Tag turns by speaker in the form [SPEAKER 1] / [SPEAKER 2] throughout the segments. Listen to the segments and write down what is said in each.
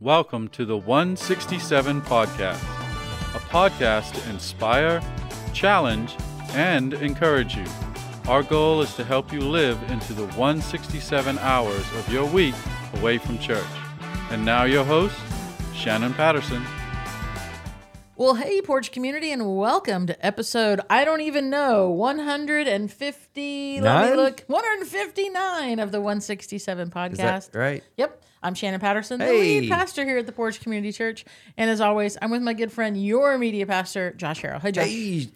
[SPEAKER 1] Welcome to the 167 Podcast, a podcast to inspire, challenge, and encourage you. Our goal is to help you live into the 167 hours of your week away from church. And now, your host, Shannon Patterson.
[SPEAKER 2] Well, hey, Porch Community, and welcome to episode, I don't even know, 150, let me
[SPEAKER 3] Nine?
[SPEAKER 2] look, 159 of the 167 podcast.
[SPEAKER 3] Is that right?
[SPEAKER 2] Yep. I'm Shannon Patterson, the
[SPEAKER 3] Hey.
[SPEAKER 2] lead pastor here at the Porch Community Church. And as always, I'm with my good friend, your media pastor, Josh Harrell. Hey, Josh.
[SPEAKER 3] Hey,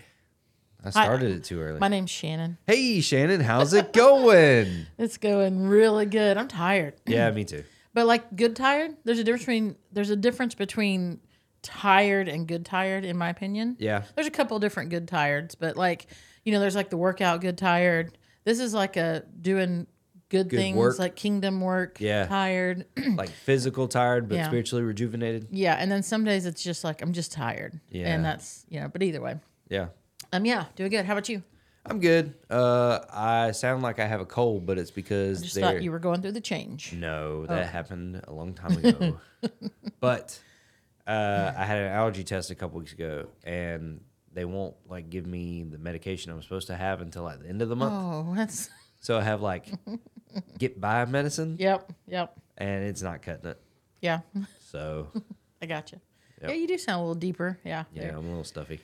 [SPEAKER 3] I started it too early.
[SPEAKER 2] My name's Shannon.
[SPEAKER 3] hey, Shannon, how's it going?
[SPEAKER 2] It's going really good. I'm tired.
[SPEAKER 3] yeah, me too.
[SPEAKER 2] But like good tired, there's a difference between there's a difference between tired and good tired, in my opinion.
[SPEAKER 3] Yeah.
[SPEAKER 2] There's a couple different good tireds, but like you know, there's like the workout good tired. This is like a doing good, things
[SPEAKER 3] work.
[SPEAKER 2] like kingdom work.
[SPEAKER 3] Yeah.
[SPEAKER 2] Tired.
[SPEAKER 3] Like physical tired, but
[SPEAKER 2] Yeah.
[SPEAKER 3] spiritually rejuvenated.
[SPEAKER 2] yeah. And then some days it's just like I'm just tired.
[SPEAKER 3] Yeah.
[SPEAKER 2] And that's you know, but either way.
[SPEAKER 3] Yeah,
[SPEAKER 2] Um yeah, doing good. How about you?
[SPEAKER 3] I'm good. Uh, I sound like I have a cold, but it's because
[SPEAKER 2] I just
[SPEAKER 3] they're-
[SPEAKER 2] thought you were Oh. going through the change.
[SPEAKER 3] No, that happened a long time ago. but uh, I had an allergy test a couple weeks ago, and they won't like give me the medication I'm supposed to have until like the end of the month.
[SPEAKER 2] Oh, that's
[SPEAKER 3] So I have like get by medicine,
[SPEAKER 2] yep, yep,
[SPEAKER 3] and it's not cutting it.
[SPEAKER 2] yeah.
[SPEAKER 3] So
[SPEAKER 2] I got you.
[SPEAKER 3] Yep.
[SPEAKER 2] Yeah, you do sound a little deeper. Yeah.
[SPEAKER 3] yeah, I'm a little stuffy.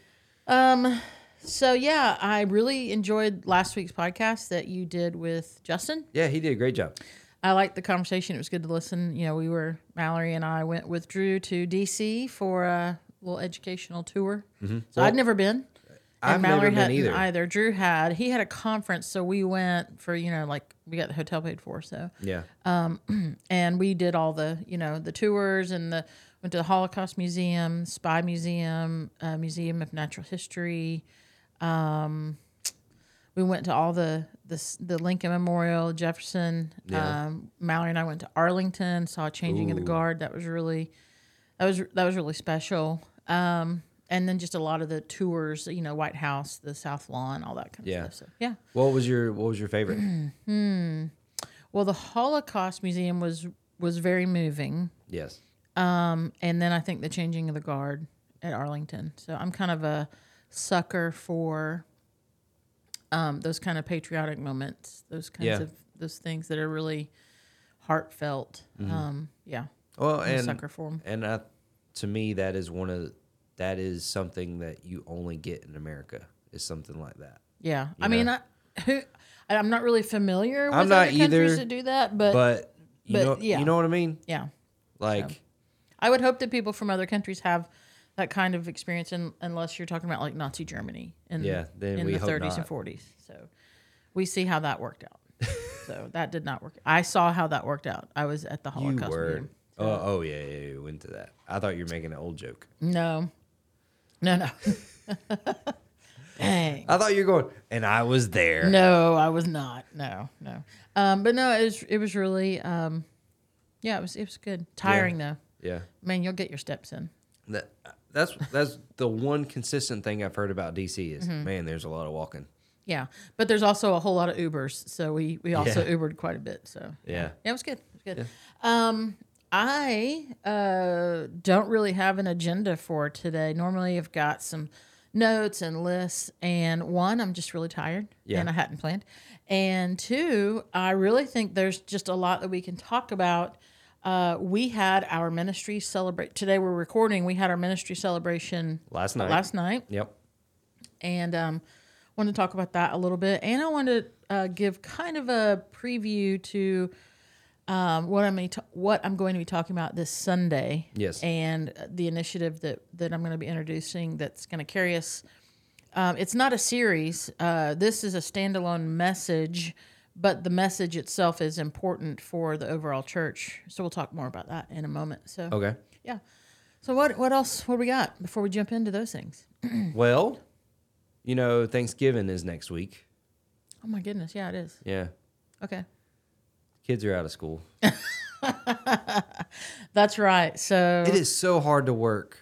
[SPEAKER 2] So yeah, I really enjoyed last week's podcast that you did with Justin.
[SPEAKER 3] Yeah, he did a great job.
[SPEAKER 2] I liked the conversation. It was good to listen. You know, we were Mallory and I went with Drew to DC for a little educational tour. So I'd never been.
[SPEAKER 3] Mm-hmm. I've never been
[SPEAKER 2] hadn't
[SPEAKER 3] either.
[SPEAKER 2] either. Drew had. He had a conference, so we went for you know like we got the hotel paid for. So
[SPEAKER 3] Yeah,
[SPEAKER 2] and we did all the you know the tours and the went to the Holocaust Museum, Spy Museum, uh, Museum of Natural History. Um, we went to all the the, s- the Lincoln Memorial, Jefferson.
[SPEAKER 3] Yeah.
[SPEAKER 2] Um, Mallory and I went to Arlington, saw Changing of the Guard. That was really that was that was really special. Um, and then just a lot of the tours, you know, White House, the South Lawn, all that kind of
[SPEAKER 3] Yeah.
[SPEAKER 2] stuff. So, yeah.
[SPEAKER 3] what was your what was your favorite?
[SPEAKER 2] Well, the Holocaust Museum was was very moving.
[SPEAKER 3] yes,
[SPEAKER 2] and then I think the changing of the guard at Arlington. So I'm kind of a sucker for um, those kind of patriotic moments, those kinds
[SPEAKER 3] Yeah.
[SPEAKER 2] of those things that are really heartfelt. Um, yeah, I'm
[SPEAKER 3] well,
[SPEAKER 2] a
[SPEAKER 3] Mm-hmm. and
[SPEAKER 2] sucker for 'em.
[SPEAKER 3] and I, to me, that is one of that is something that you only get in America is something like that.
[SPEAKER 2] Yeah, I mean, I, who, I- I'm not really familiar with
[SPEAKER 3] I'm not
[SPEAKER 2] other countries
[SPEAKER 3] either,
[SPEAKER 2] that do that, but,
[SPEAKER 3] But you
[SPEAKER 2] but,
[SPEAKER 3] know,
[SPEAKER 2] yeah.
[SPEAKER 3] you know what I mean.
[SPEAKER 2] yeah,
[SPEAKER 3] Like,
[SPEAKER 2] I would hope that people from other countries have that kind of experience, un unless you're talking about like Nazi Germany in,
[SPEAKER 3] Yeah, then
[SPEAKER 2] in
[SPEAKER 3] we
[SPEAKER 2] the
[SPEAKER 3] hope
[SPEAKER 2] 30s and
[SPEAKER 3] not.
[SPEAKER 2] 40s. So we see how that worked out. so that did not work. I saw how that worked out. I was at the
[SPEAKER 3] you
[SPEAKER 2] Holocaust
[SPEAKER 3] were.
[SPEAKER 2] Museum.
[SPEAKER 3] Oh, oh yeah, yeah, yeah, you went to that. I thought you were making an old joke.
[SPEAKER 2] No, no, no. Dang.
[SPEAKER 3] I thought you were going, and I was there.
[SPEAKER 2] No, I was not. No, no. Um, but no, it was it was really um, yeah, it was it was good. Tiring though.
[SPEAKER 3] Yeah,
[SPEAKER 2] Man, you'll get your steps in.
[SPEAKER 3] that, that's that's the one consistent thing I've heard about DC
[SPEAKER 2] Mm-hmm.
[SPEAKER 3] is man, there's a lot of walking.
[SPEAKER 2] Yeah, but there's also a whole lot of Ubers, so we we also
[SPEAKER 3] Yeah.
[SPEAKER 2] Ubered quite a bit. So
[SPEAKER 3] Yeah.
[SPEAKER 2] yeah, it was good. It was good. Um, I uh don't really have an agenda for today. Normally, I've got some notes and lists, and one, I'm just really tired,
[SPEAKER 3] Yeah.
[SPEAKER 2] and I hadn't planned, and two, I really think there's just a lot that we can talk about. Uh, we had our ministry celebrate today. We're recording. We had our ministry celebration
[SPEAKER 3] Last night.
[SPEAKER 2] last night
[SPEAKER 3] Yep.
[SPEAKER 2] and um, wanted to talk about that a little bit. And I wanted to uh, give kind of a preview to um, what I'm gonna ta- what I'm going to be talking about this Sunday.
[SPEAKER 3] Yes.
[SPEAKER 2] and the initiative that that I'm going to be introducing that's going to carry us. Um, it's not a series. Uh, this is a standalone message. But the message itself is important for the overall church, so we'll talk more about that in a moment. So,
[SPEAKER 3] Okay.
[SPEAKER 2] yeah. So what what else? What do we got before we jump into those things?
[SPEAKER 3] Well, you know, Thanksgiving is next week.
[SPEAKER 2] Oh my goodness, yeah, it is.
[SPEAKER 3] Yeah.
[SPEAKER 2] Okay.
[SPEAKER 3] Kids are out of school.
[SPEAKER 2] That's right. So
[SPEAKER 3] It is so hard to work.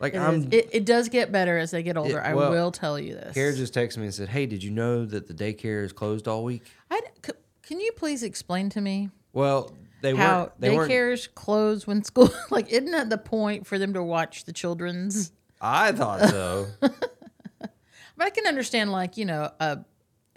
[SPEAKER 3] like
[SPEAKER 2] it,
[SPEAKER 3] I'm
[SPEAKER 2] is- it, it does get better as they get older.
[SPEAKER 3] It-
[SPEAKER 2] I
[SPEAKER 3] well,
[SPEAKER 2] will tell you this.
[SPEAKER 3] Kara just texted me and said, "Hey, did you know that the daycare is closed all week?"
[SPEAKER 2] I d- c- can you please explain to me?
[SPEAKER 3] Well, They
[SPEAKER 2] how
[SPEAKER 3] weren't. They weren't.
[SPEAKER 2] daycares close when school like isn't that the point for them to watch the children's
[SPEAKER 3] I thought so.
[SPEAKER 2] but i can understand like you know a,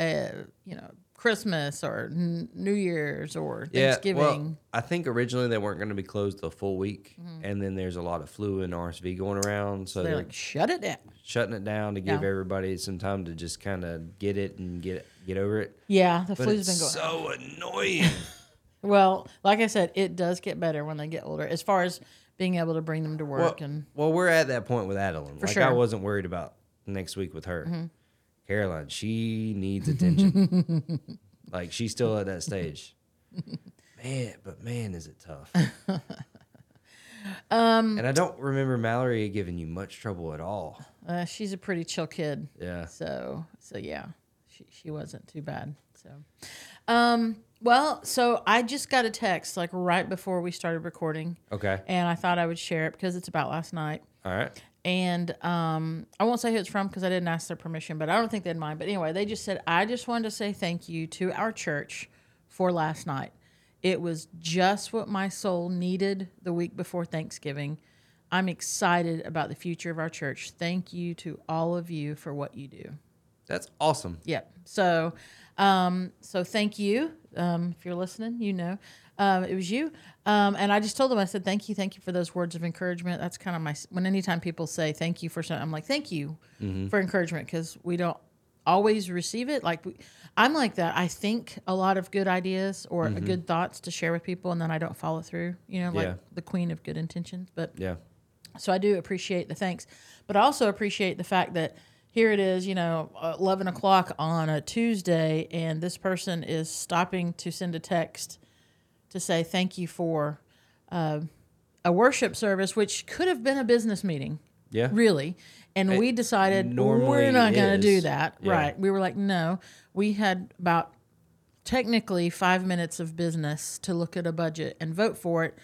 [SPEAKER 2] a you know christmas or N- new year's or
[SPEAKER 3] yeah.
[SPEAKER 2] thanksgiving Mm-hmm.
[SPEAKER 3] Well, I think originally they weren't going to be closed the full week, and then there's a lot of flu and RSV going around, so
[SPEAKER 2] they're
[SPEAKER 3] they're
[SPEAKER 2] like shut it down
[SPEAKER 3] shutting it down to give
[SPEAKER 2] Yeah.
[SPEAKER 3] everybody some time to just kind of get it and get get over it.
[SPEAKER 2] yeah the
[SPEAKER 3] But
[SPEAKER 2] flu's
[SPEAKER 3] it's
[SPEAKER 2] been going
[SPEAKER 3] so annoying.
[SPEAKER 2] well like i said it does get better when they get older as far as being able to bring them to work and
[SPEAKER 3] Well, we're at that point with Adeline. like I
[SPEAKER 2] sure. Mm-hmm.
[SPEAKER 3] wasn't worried about next week with her. Caroline, she needs attention. like she's still at that stage. Man, but man, is it tough. um, and I don't remember Mallory giving you much trouble at all.
[SPEAKER 2] uh, she's a pretty chill kid
[SPEAKER 3] Yeah.
[SPEAKER 2] So so yeah, she she wasn't too bad. So um well, so I just got a text like right before we started recording
[SPEAKER 3] Okay.
[SPEAKER 2] and I thought I would share it because it's about last night.
[SPEAKER 3] All right.
[SPEAKER 2] And um, I won't say who it's from because I didn't ask their permission, but I don't think they'd mind. But anyway, they just said, I just wanted to say thank you to our church for last night. It was just what my soul needed the week before Thanksgiving. I'm excited about the future of our church. Thank you to all of you for what you do.
[SPEAKER 3] That's awesome.
[SPEAKER 2] Yep. So, um, so thank you. Um, if you're listening, you know, um, it was you. Um, and I just told them, I said, thank you, thank you for those words of encouragement. That's kind of my, when anytime people say thank you for something, I'm like, thank you for encouragement because we don't always receive it. Like, we, I'm like that. I think a lot of good ideas or good thoughts to share with people, and then I don't follow through, you know, like
[SPEAKER 3] Yeah.
[SPEAKER 2] the queen of good intentions. But
[SPEAKER 3] Yeah.
[SPEAKER 2] so I do appreciate the thanks, but I also appreciate the fact that here it is, you know, 11 o'clock on a Tuesday, and this person is stopping to send a text to say thank you for uh, a worship service, which could have been a business meeting,
[SPEAKER 3] Yeah.
[SPEAKER 2] really. And we decided
[SPEAKER 3] normally
[SPEAKER 2] we're not going
[SPEAKER 3] is.
[SPEAKER 2] to do that.
[SPEAKER 3] Yeah.
[SPEAKER 2] Right. We were like, no, we had about technically five minutes of business to look at a budget and vote for it.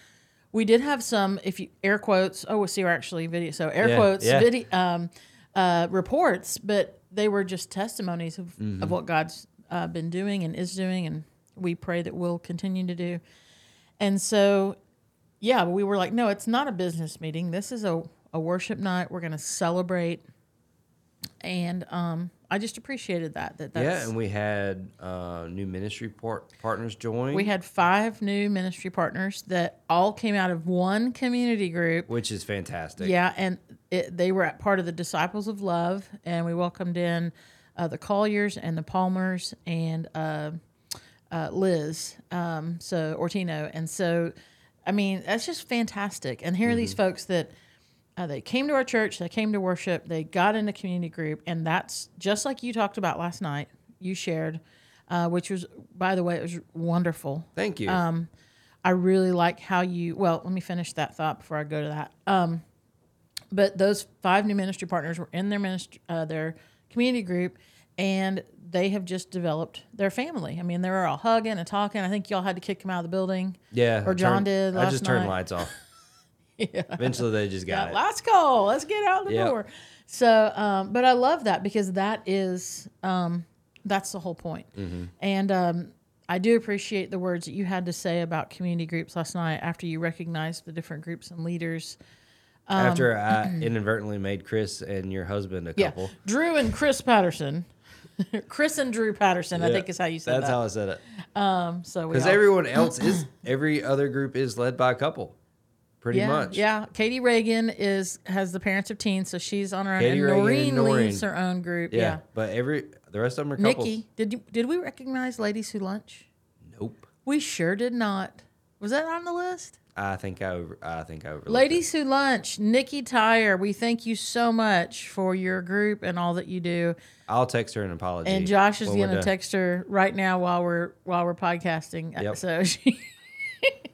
[SPEAKER 2] We did have some, if you air quotes. Oh, we'll see. We're actually video. So air
[SPEAKER 3] Yeah,
[SPEAKER 2] quotes,
[SPEAKER 3] yeah.
[SPEAKER 2] video, um, uh, reports, but they were just testimonies of,
[SPEAKER 3] Mm-hmm.
[SPEAKER 2] of what God's uh, been doing and is doing, and we pray that we'll continue to do. And so, yeah, we were like, no, it's not a business meeting. This is a, a worship night. We're going to celebrate. And um, I just appreciated that. That that's,
[SPEAKER 3] yeah, and we had uh, new ministry part- partners join,
[SPEAKER 2] we had five new ministry partners that all came out of one community group.
[SPEAKER 3] which is fantastic.
[SPEAKER 2] Yeah, and it, they were at part of the Disciples of Love, and we welcomed in uh, the Colliers and the Palmers and uh, uh, Liz, um, so Ortino, and so I mean that's just fantastic. And here are these folks that uh, they came to our church, they came to worship, they got in a community group, and that's just like you talked about last night. You shared, uh, which was by the way, it was wonderful.
[SPEAKER 3] Thank you.
[SPEAKER 2] Um, I really like how you. Well, let me finish that thought before I go to that. Um, but those five new ministry partners were in their ministry, uh, their community group, and they have just developed their family. I mean, they were all hugging and talking. I think y'all had to kick them out of the building.
[SPEAKER 3] yeah.
[SPEAKER 2] or
[SPEAKER 3] I
[SPEAKER 2] John
[SPEAKER 3] turned-
[SPEAKER 2] did
[SPEAKER 3] I
[SPEAKER 2] last
[SPEAKER 3] just turned
[SPEAKER 2] night.
[SPEAKER 3] lights off. Eventually, they just got
[SPEAKER 2] Yeah,
[SPEAKER 3] it.
[SPEAKER 2] Let's go. Let's get out the
[SPEAKER 3] Yeah.
[SPEAKER 2] door. So, um, but I love that because that is um, that's the whole point.
[SPEAKER 3] Mm-hmm.
[SPEAKER 2] And um, I do appreciate the words that you had to say about community groups last night after you recognized the different groups and leaders.
[SPEAKER 3] after I inadvertently made Chris and your husband a couple.
[SPEAKER 2] Drew and Chris Patterson. Chris and Drew Patterson, I think is how you said
[SPEAKER 3] That's
[SPEAKER 2] that.
[SPEAKER 3] how I said it.
[SPEAKER 2] so we
[SPEAKER 3] Because
[SPEAKER 2] all-
[SPEAKER 3] everyone else is every other group is led by a couple, pretty
[SPEAKER 2] yeah,
[SPEAKER 3] much.
[SPEAKER 2] Yeah. Katie Reagan is has the parents of teens, so she's on her own.
[SPEAKER 3] Katie
[SPEAKER 2] and
[SPEAKER 3] Reagan
[SPEAKER 2] Noreen,
[SPEAKER 3] and Noreen.
[SPEAKER 2] leads her own group.
[SPEAKER 3] yeah.
[SPEAKER 2] Yeah.
[SPEAKER 3] But every the rest of them are couples.
[SPEAKER 2] Nikki, did you did we recognize Ladies Who Lunch?
[SPEAKER 3] Nope.
[SPEAKER 2] We sure did not. Was that on the list?
[SPEAKER 3] I think I over, I think I overlooked
[SPEAKER 2] Ladies Who Lunch, Nikki Tyre, we thank you so much for your group and all that you do.
[SPEAKER 3] it. I'll text her an apology.
[SPEAKER 2] And Josh is
[SPEAKER 3] when we're
[SPEAKER 2] going to
[SPEAKER 3] done.
[SPEAKER 2] text her right now while we're while we're podcasting.
[SPEAKER 3] Yep.
[SPEAKER 2] So she.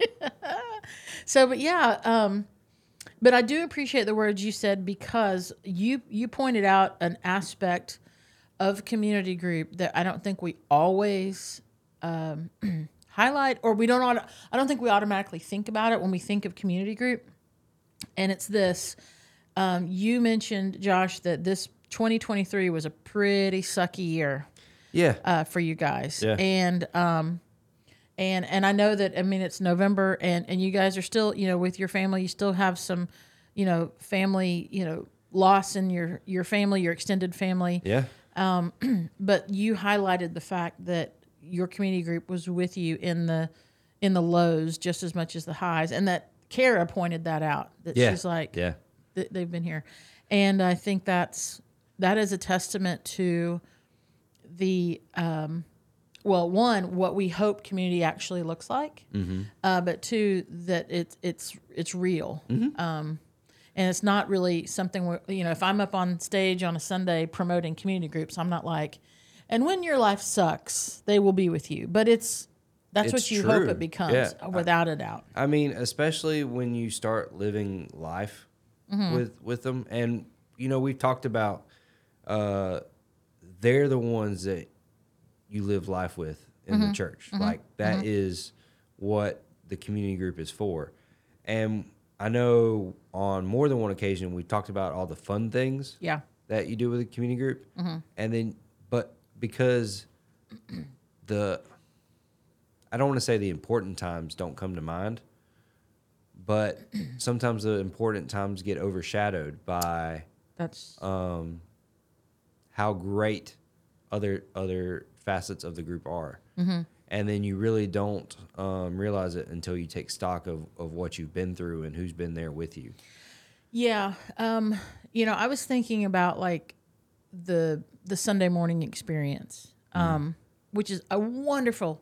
[SPEAKER 2] so, but yeah, um, but I do appreciate the words you said because you you pointed out an aspect of community group that I don't think we always um, highlight, or we don't. Auto, I don't think we automatically think about it when we think of community group, and it's this. Um, you mentioned Josh that this 2023 was a pretty sucky year
[SPEAKER 3] Yeah.
[SPEAKER 2] uh, for you uh, guys.
[SPEAKER 3] Yeah.
[SPEAKER 2] And um, and and I know that I mean it's November and and you guys are still you know with your family you still have some you know family you know loss in your your family your extended family
[SPEAKER 3] Yeah.
[SPEAKER 2] but you highlighted the fact that your community group was with you in the in the lows just as much as the highs and that Kara pointed that out that
[SPEAKER 3] Yeah.
[SPEAKER 2] she's like
[SPEAKER 3] Yeah.
[SPEAKER 2] th- they've been here and I think that's that is a testament to the um, well one what we hope community actually looks like
[SPEAKER 3] Mm-hmm.
[SPEAKER 2] uh, but two that it's it's it's real um,
[SPEAKER 3] Mm-hmm.
[SPEAKER 2] and it's not really something where you know if i'm up on stage on a sunday promoting community groups i'm not like and when your life sucks they will be with you but it's that's
[SPEAKER 3] It's
[SPEAKER 2] what you hope
[SPEAKER 3] true.
[SPEAKER 2] it becomes
[SPEAKER 3] Yeah.
[SPEAKER 2] uh, without a doubt
[SPEAKER 3] I mean, especially when you start living life with with them, and you know, we've talked about uh, they're the ones that you live life with in the church. Like that is what the community group is for. And I know on more than one occasion we talked about all the fun things
[SPEAKER 2] yeah
[SPEAKER 3] that you do with a community group, and then but because the I don't want to say the important times don't come to mind, but sometimes the important times get overshadowed by
[SPEAKER 2] that's
[SPEAKER 3] how great other other facets of the group are. And then you really don't um, realize it until you take stock of, of what you've been through and who's been there with you.
[SPEAKER 2] Yeah, um, you know, I was thinking about like the the Sunday morning experience, um, which is a wonderful.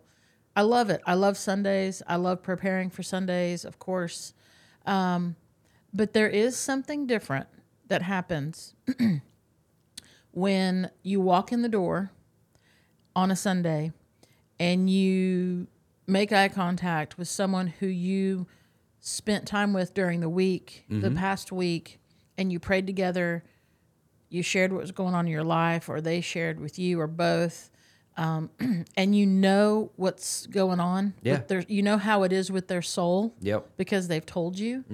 [SPEAKER 2] I love it. I love Sundays. I love preparing for Sundays, of course. Um, but there is something different that happens when you walk in the door on a Sunday and you make eye contact with someone who you spent time with during the week, the past week, and you prayed together, you shared what was going on in your life, or they shared with you, or both, um, and you know what's going on. with
[SPEAKER 3] Yeah.
[SPEAKER 2] their- you know how it is with their soul
[SPEAKER 3] Yep. Mm-hmm.
[SPEAKER 2] because they've told you,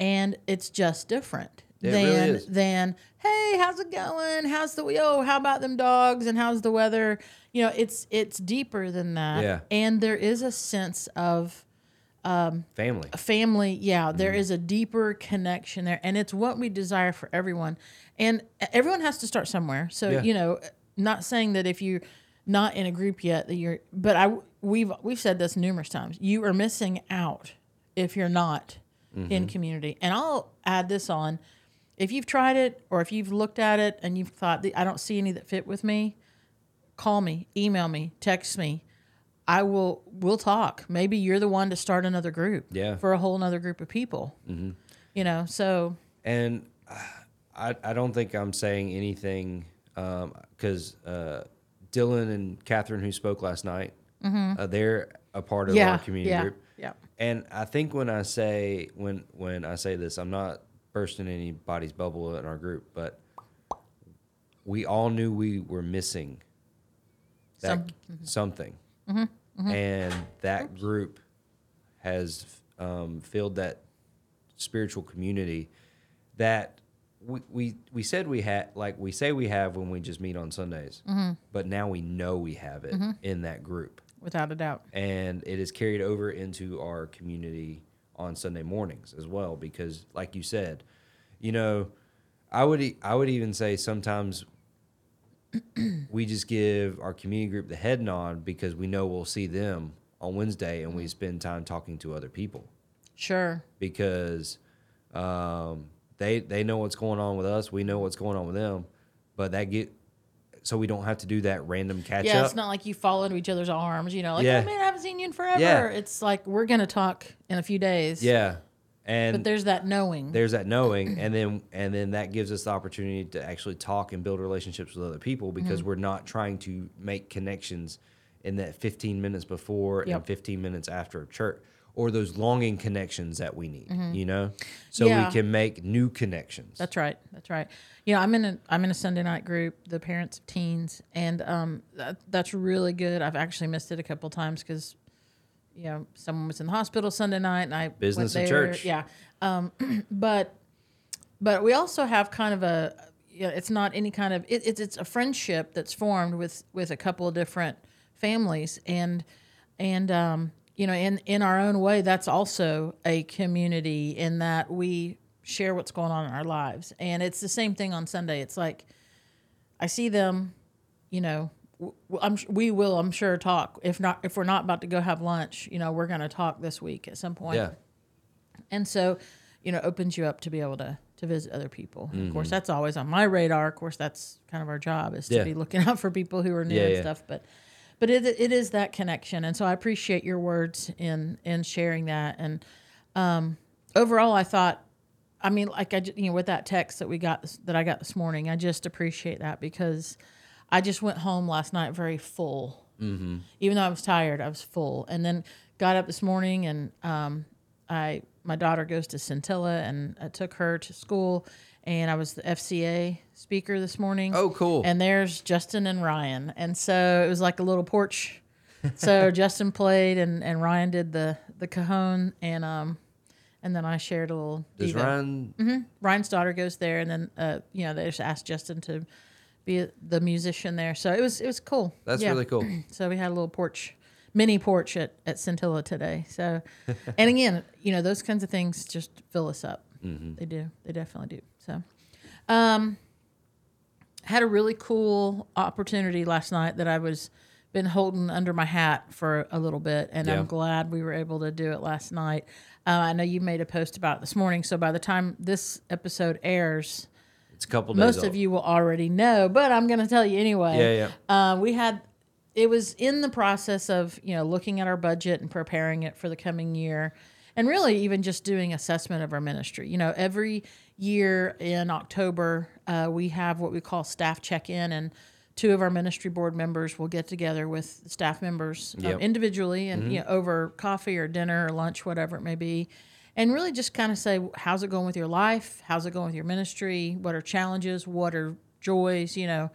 [SPEAKER 2] and it's just different
[SPEAKER 3] It really
[SPEAKER 2] than
[SPEAKER 3] is.
[SPEAKER 2] than hey, how's it going? How's the oh, how about them dogs and how's the weather? You know, it's it's deeper than that,
[SPEAKER 3] Yeah.
[SPEAKER 2] and there is a sense of
[SPEAKER 3] Family. Mm-hmm.
[SPEAKER 2] family yeah there is a deeper connection there and it's what we desire for everyone and e, everyone has to start somewhere so
[SPEAKER 3] Yeah.
[SPEAKER 2] you know not saying that if you're not in a group yet that you're but i we've we've said this numerous times you are missing out if you're not
[SPEAKER 3] Mm-hmm.
[SPEAKER 2] in community and i'll add this on if you've tried it or if you've looked at it and you've thought i don't see any that fit with me call me email me text me I will we'll talk. Maybe you're the one to start another group.
[SPEAKER 3] Yeah.
[SPEAKER 2] For a whole another group of people. Mm-hmm. You know, so
[SPEAKER 3] And uh, I, I don't think I'm saying anything because uh, Dylan and Catherine, who spoke last night, uh, they're a part of
[SPEAKER 2] Mm-hmm. yeah,
[SPEAKER 3] our community
[SPEAKER 2] yeah,
[SPEAKER 3] group.
[SPEAKER 2] yeah.
[SPEAKER 3] And I think when I say when when I say this, I'm not bursting anybody's bubble in our group, but we all knew we were missing that
[SPEAKER 2] Some-
[SPEAKER 3] something, and that group has um, filled that spiritual community that we, we we said we had like we say we have when we just meet on Sundays, but now we know we have it in that group
[SPEAKER 2] Without a doubt.
[SPEAKER 3] and it is carried over into our community on Sunday mornings as well because like you said you know I would e- I would even say sometimes we just give our community group the head nod because we know we'll see them on Wednesday and we spend time talking to other people
[SPEAKER 2] Sure.
[SPEAKER 3] because um, they they know what's going on with us we know what's going on with them but that get so we don't have to do that random catch
[SPEAKER 2] yeah,
[SPEAKER 3] up
[SPEAKER 2] it's not like you fall into each other's arms, you know, like,
[SPEAKER 3] Yeah.
[SPEAKER 2] oh man, I haven't seen you in forever.
[SPEAKER 3] Yeah.
[SPEAKER 2] It's like we're gonna talk in a few days.
[SPEAKER 3] yeah and
[SPEAKER 2] But there's that knowing.
[SPEAKER 3] there's that knowing and then and then that gives us the opportunity to actually talk and build relationships with other people because
[SPEAKER 2] Mm-hmm.
[SPEAKER 3] we're not trying to make connections in that 15 minutes before and
[SPEAKER 2] Yep.
[SPEAKER 3] 15 minutes after church or those longing connections that we need you know so
[SPEAKER 2] Mm-hmm. Yeah.
[SPEAKER 3] we can make new connections
[SPEAKER 2] That's right. That's right. You know, I'm in a I'm in a Sunday night group, the parents of teens, and um, that, that's really good. I've actually missed it a couple times because, you know, someone was in the hospital Sunday night, and I went
[SPEAKER 3] Business and
[SPEAKER 2] there.
[SPEAKER 3] church.
[SPEAKER 2] Yeah, um, but but we also have kind of a you know, it's not any kind of it, it's it's a friendship that's formed with with a couple of different families and and um, you know, in in our own way, that's also a community in that we share what's going on in our lives, and it's the same thing on Sunday. It's like I see them, you know. w- w- I'm, s- we will, I'm sure, talk. If not, if we're not about to go have lunch, you know, we're going to talk this week at some point
[SPEAKER 3] Yeah.
[SPEAKER 2] and so you know opens you up to be able to to visit other people
[SPEAKER 3] Mm-hmm.
[SPEAKER 2] of course that's always on my radar of course that's kind of our job is to
[SPEAKER 3] Yeah.
[SPEAKER 2] be looking out for people who are new
[SPEAKER 3] Yeah,
[SPEAKER 2] and
[SPEAKER 3] yeah.
[SPEAKER 2] stuff but but it, it is that connection and so i appreciate your words in in sharing that and um overall i thought i mean like i ju- you know with that text that we got this- that i got this morning i just appreciate that because i just went home last night very full even though I was tired, I was full. And then got up this morning and um, I my daughter goes to Scintilla and I took her to school and I was the FCA speaker this morning.
[SPEAKER 3] Oh, cool.
[SPEAKER 2] And there's Justin and Ryan. And so it was like a little porch. So Justin played and, and Ryan did the the cajon and um and then I shared a little
[SPEAKER 3] Does
[SPEAKER 2] Devo.
[SPEAKER 3] Ryan?
[SPEAKER 2] Ryan's daughter goes there, and then uh, you know they just asked Justin to be the musician there. So it was it was cool.
[SPEAKER 3] That's
[SPEAKER 2] Yeah.
[SPEAKER 3] really cool.
[SPEAKER 2] So we had a little porch, mini porch at at Scintilla today. So, and again, you know those kinds of things just fill us up. They do. They definitely do. So, um, had a really cool opportunity last night that I was been holding under my hat for a little bit, and
[SPEAKER 3] Yeah.
[SPEAKER 2] I'm glad we were able to do it last night. Uh, I know you made a post about it this morning, so by the time this episode airs,
[SPEAKER 3] It's a couple days.
[SPEAKER 2] most
[SPEAKER 3] old.
[SPEAKER 2] of you will already know, but I'm going to tell you anyway.
[SPEAKER 3] Yeah, yeah.
[SPEAKER 2] Uh, we had it was in the process of you know looking at our budget and preparing it for the coming year, and really even just doing assessment of our ministry. You know, every year in October uh, we have what we call staff check in, and two of our ministry board members will get together with staff members um,
[SPEAKER 3] Yep. Mm-hmm.
[SPEAKER 2] individually and you know, over coffee or dinner or lunch, whatever it may be. And really just kind of say, how's it going with your life? How's it going with your ministry? What are challenges? What are joys? You know,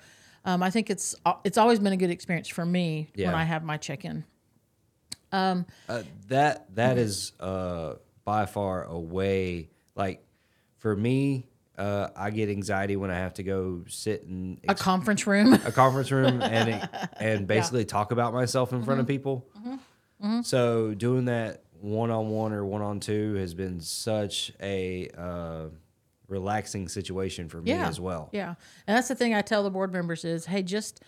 [SPEAKER 2] um, I think it's it's always been a good experience for me when
[SPEAKER 3] Yeah.
[SPEAKER 2] I have my check in.
[SPEAKER 3] Uh, that
[SPEAKER 2] Mm-hmm.
[SPEAKER 3] that is uh, by far a way. Like for me, uh, I get anxiety when I have to go sit in
[SPEAKER 2] A conference room.
[SPEAKER 3] a conference room and it, and basically talk about myself in front of people. So doing that one on one or one on two has been such a uh, relaxing situation for me
[SPEAKER 2] Yeah.
[SPEAKER 3] as well.
[SPEAKER 2] Yeah. And that's the thing I tell the board members is, hey, just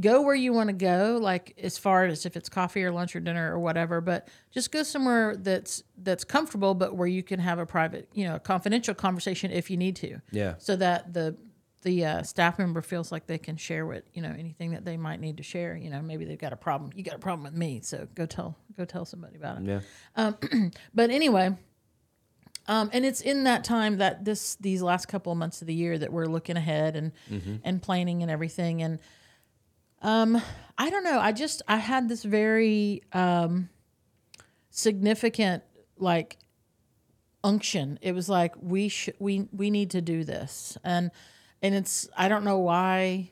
[SPEAKER 2] go where you want to go, like as far as if it's coffee or lunch or dinner or whatever, but just go somewhere that's that's comfortable but where you can have a private, you know, a confidential conversation if you need to.
[SPEAKER 3] Yeah.
[SPEAKER 2] So that the the uh, staff member feels like they can share what you know anything that they might need to share. You know, maybe they've got a problem. You got a problem with me, so go tell go tell somebody about it.
[SPEAKER 3] Yeah.
[SPEAKER 2] But anyway, um, and it's in that time that this these last couple of months of the year that we're looking ahead and and planning and everything. And um, I don't know. I just I had this very um, significant like unction. It was like we sh- we we need to do this, and and it's I don't know why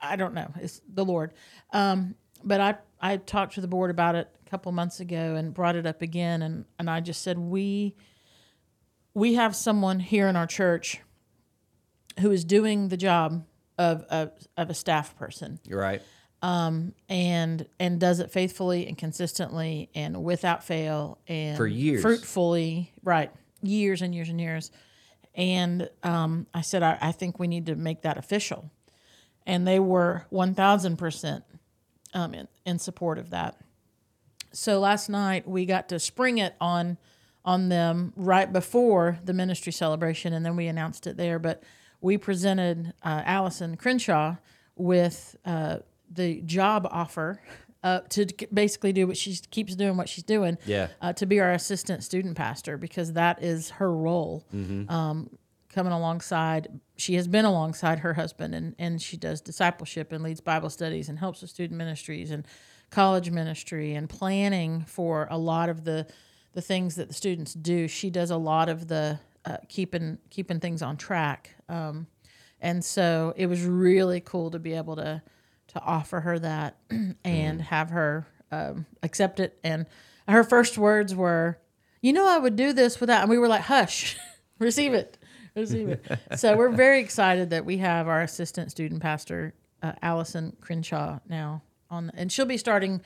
[SPEAKER 2] I don't know. It's the Lord. Um, but I, I talked to the board about it a couple months ago and brought it up again. And, and I just said, we, we have someone here in our church who is doing the job of a, of a staff person
[SPEAKER 3] You're right.
[SPEAKER 2] and, and does it faithfully and consistently and without fail and
[SPEAKER 3] For years.
[SPEAKER 2] fruitfully, right. Years and years and years. And, um, I said, I, I think we need to make that official and they were 1000% um, in, in support of that so last night we got to spring it on on them right before the ministry celebration and then we announced it there but we presented uh, allison crenshaw with uh, the job offer uh, to g- basically do what she keeps doing what she's doing
[SPEAKER 3] Yeah.
[SPEAKER 2] uh, to be our assistant student pastor because that is her role coming alongside she has been alongside her husband and, and she does discipleship and leads bible studies and helps with student ministries and college ministry and planning for a lot of the the things that the students do she does a lot of the uh, keeping keeping things on track um, and so it was really cool to be able to to offer her that and have her um, accept it and her first words were you know i would do this without and we were like hush receive it receive it so we're very excited that we have our assistant student pastor uh, allison crenshaw now on and she'll be starting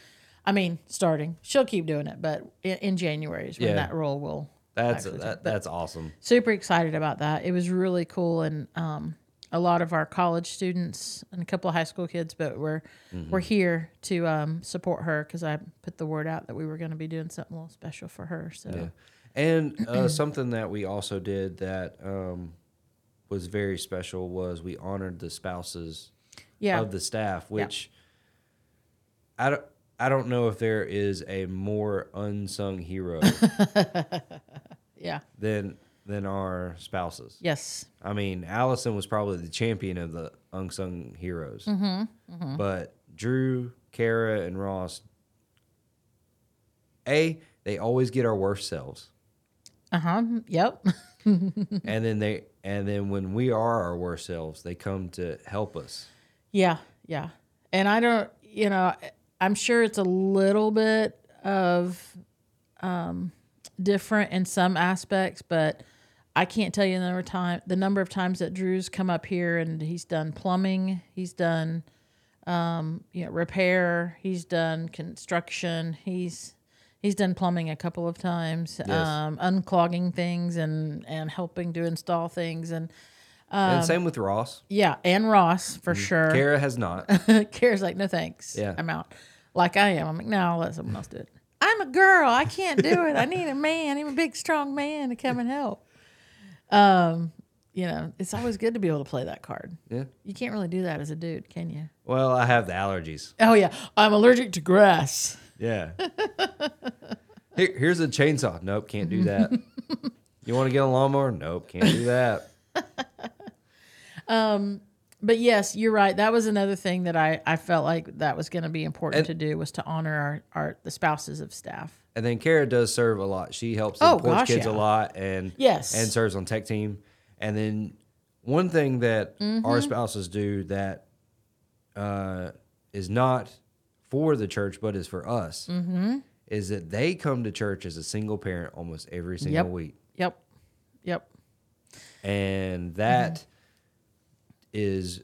[SPEAKER 2] I mean, starting. She'll keep doing it, but in, in January is when
[SPEAKER 3] Yeah.
[SPEAKER 2] that role will.
[SPEAKER 3] That's
[SPEAKER 2] actually
[SPEAKER 3] that, that's awesome.
[SPEAKER 2] super excited about that. It was really cool, and um, a lot of our college students and a couple of high school kids, but we're
[SPEAKER 3] Mm-hmm.
[SPEAKER 2] we're here to um, support her because I put the word out that we were going to be doing something a little special for her. So
[SPEAKER 3] Yeah. And uh, something that we also did that um, was very special was we honored the spouses
[SPEAKER 2] yeah,
[SPEAKER 3] of the staff, which I don't. I don't know if there is a more unsung hero
[SPEAKER 2] yeah,
[SPEAKER 3] than than our spouses.
[SPEAKER 2] yes,
[SPEAKER 3] I mean, Allison was probably the champion of the unsung heroes.
[SPEAKER 2] Mm-hmm,
[SPEAKER 3] But Drew, Kara, and Ross, A, they always get our worst selves.
[SPEAKER 2] uh huh, yep, Mm-hmm.
[SPEAKER 3] and then they and then when we are our worst selves, they come to help us.
[SPEAKER 2] yeah, yeah. And I don't, you know, I'm sure it's a little bit of um, different in some aspects, but. I can't tell you the number of time the number of times that Drew's come up here and he's done plumbing, he's done um, you know, repair, he's done construction, he's he's done plumbing a couple of times, um, unclogging things and and helping to install things and
[SPEAKER 3] and same with Ross.
[SPEAKER 2] yeah, and Ross for Um, sure.
[SPEAKER 3] Kara has not.
[SPEAKER 2] Kara's like, no thanks.
[SPEAKER 3] Yeah.
[SPEAKER 2] I'm out. Like I am. I'm like, no, I'll let someone else do it. I'm a girl. I can't do it. I need a man, even a big, strong man to come and help. Um, you know, it's always good to be able to play that card.
[SPEAKER 3] yeah.
[SPEAKER 2] You can't really do that as a dude, can you?
[SPEAKER 3] Well, I have the allergies.
[SPEAKER 2] Oh yeah, I'm allergic to grass.
[SPEAKER 3] Yeah. Here, here's a chainsaw. Nope, can't do that. you want to get a lawnmower? Nope, can't do that.
[SPEAKER 2] But yes, you're right. That was another thing that I, I felt like that was going to be important
[SPEAKER 3] And-
[SPEAKER 2] to do was to honor our, our the spouses of staff.
[SPEAKER 3] And then Kara does serve a lot. She helps
[SPEAKER 2] Oh,
[SPEAKER 3] the porch
[SPEAKER 2] gosh,
[SPEAKER 3] kids
[SPEAKER 2] yeah.
[SPEAKER 3] a lot and
[SPEAKER 2] Yes.
[SPEAKER 3] and serves on tech team. And then one thing that
[SPEAKER 2] Mm-hmm.
[SPEAKER 3] our spouses do that uh, is not for the church but is for us
[SPEAKER 2] Mm-hmm.
[SPEAKER 3] is that they come to church as a single parent almost every single
[SPEAKER 2] Yep.
[SPEAKER 3] week,
[SPEAKER 2] Yep, yep.
[SPEAKER 3] and
[SPEAKER 2] Mm-hmm.
[SPEAKER 3] that is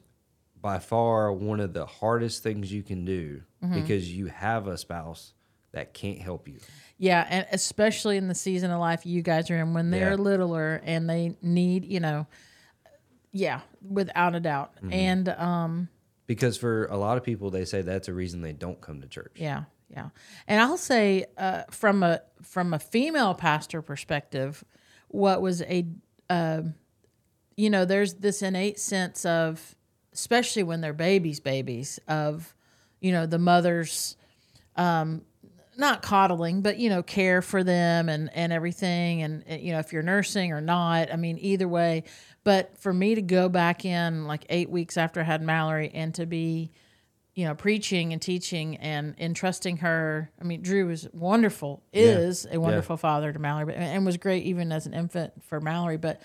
[SPEAKER 3] by far one of the hardest things you can do
[SPEAKER 2] Mm-hmm.
[SPEAKER 3] because you have a spouse that can't help you.
[SPEAKER 2] Yeah, and especially in the season of life you guys are in when they're
[SPEAKER 3] Yeah.
[SPEAKER 2] littler and they need, you know, yeah, without a doubt. And um
[SPEAKER 3] because for a lot of people they say that's a reason they don't come to church
[SPEAKER 2] yeah, yeah. And I'll say uh from a from a female pastor perspective, what was a um you know, there's this innate sense of especially when they're babies babies of you know, the mother's not coddling, but you know, care for them and and everything, and uh, you know, if you're nursing or not. I mean, either way. But for me to go back in like eight weeks after I had Mallory and to be, you know, preaching and teaching and entrusting her. I mean, Drew was wonderful, is a wonderful father to Mallory, but, and was great even as an infant for Mallory. But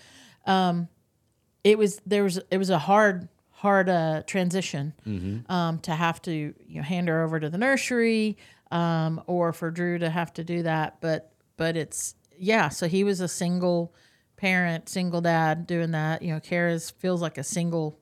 [SPEAKER 2] it was there was it was a hard hard uh, transition
[SPEAKER 3] Mm-hmm.
[SPEAKER 2] um, to have to you know hand her over to the nursery um, or for Drew to have to do that but but it's yeah so he was a single parent single dad doing that you know Kara's feels like a single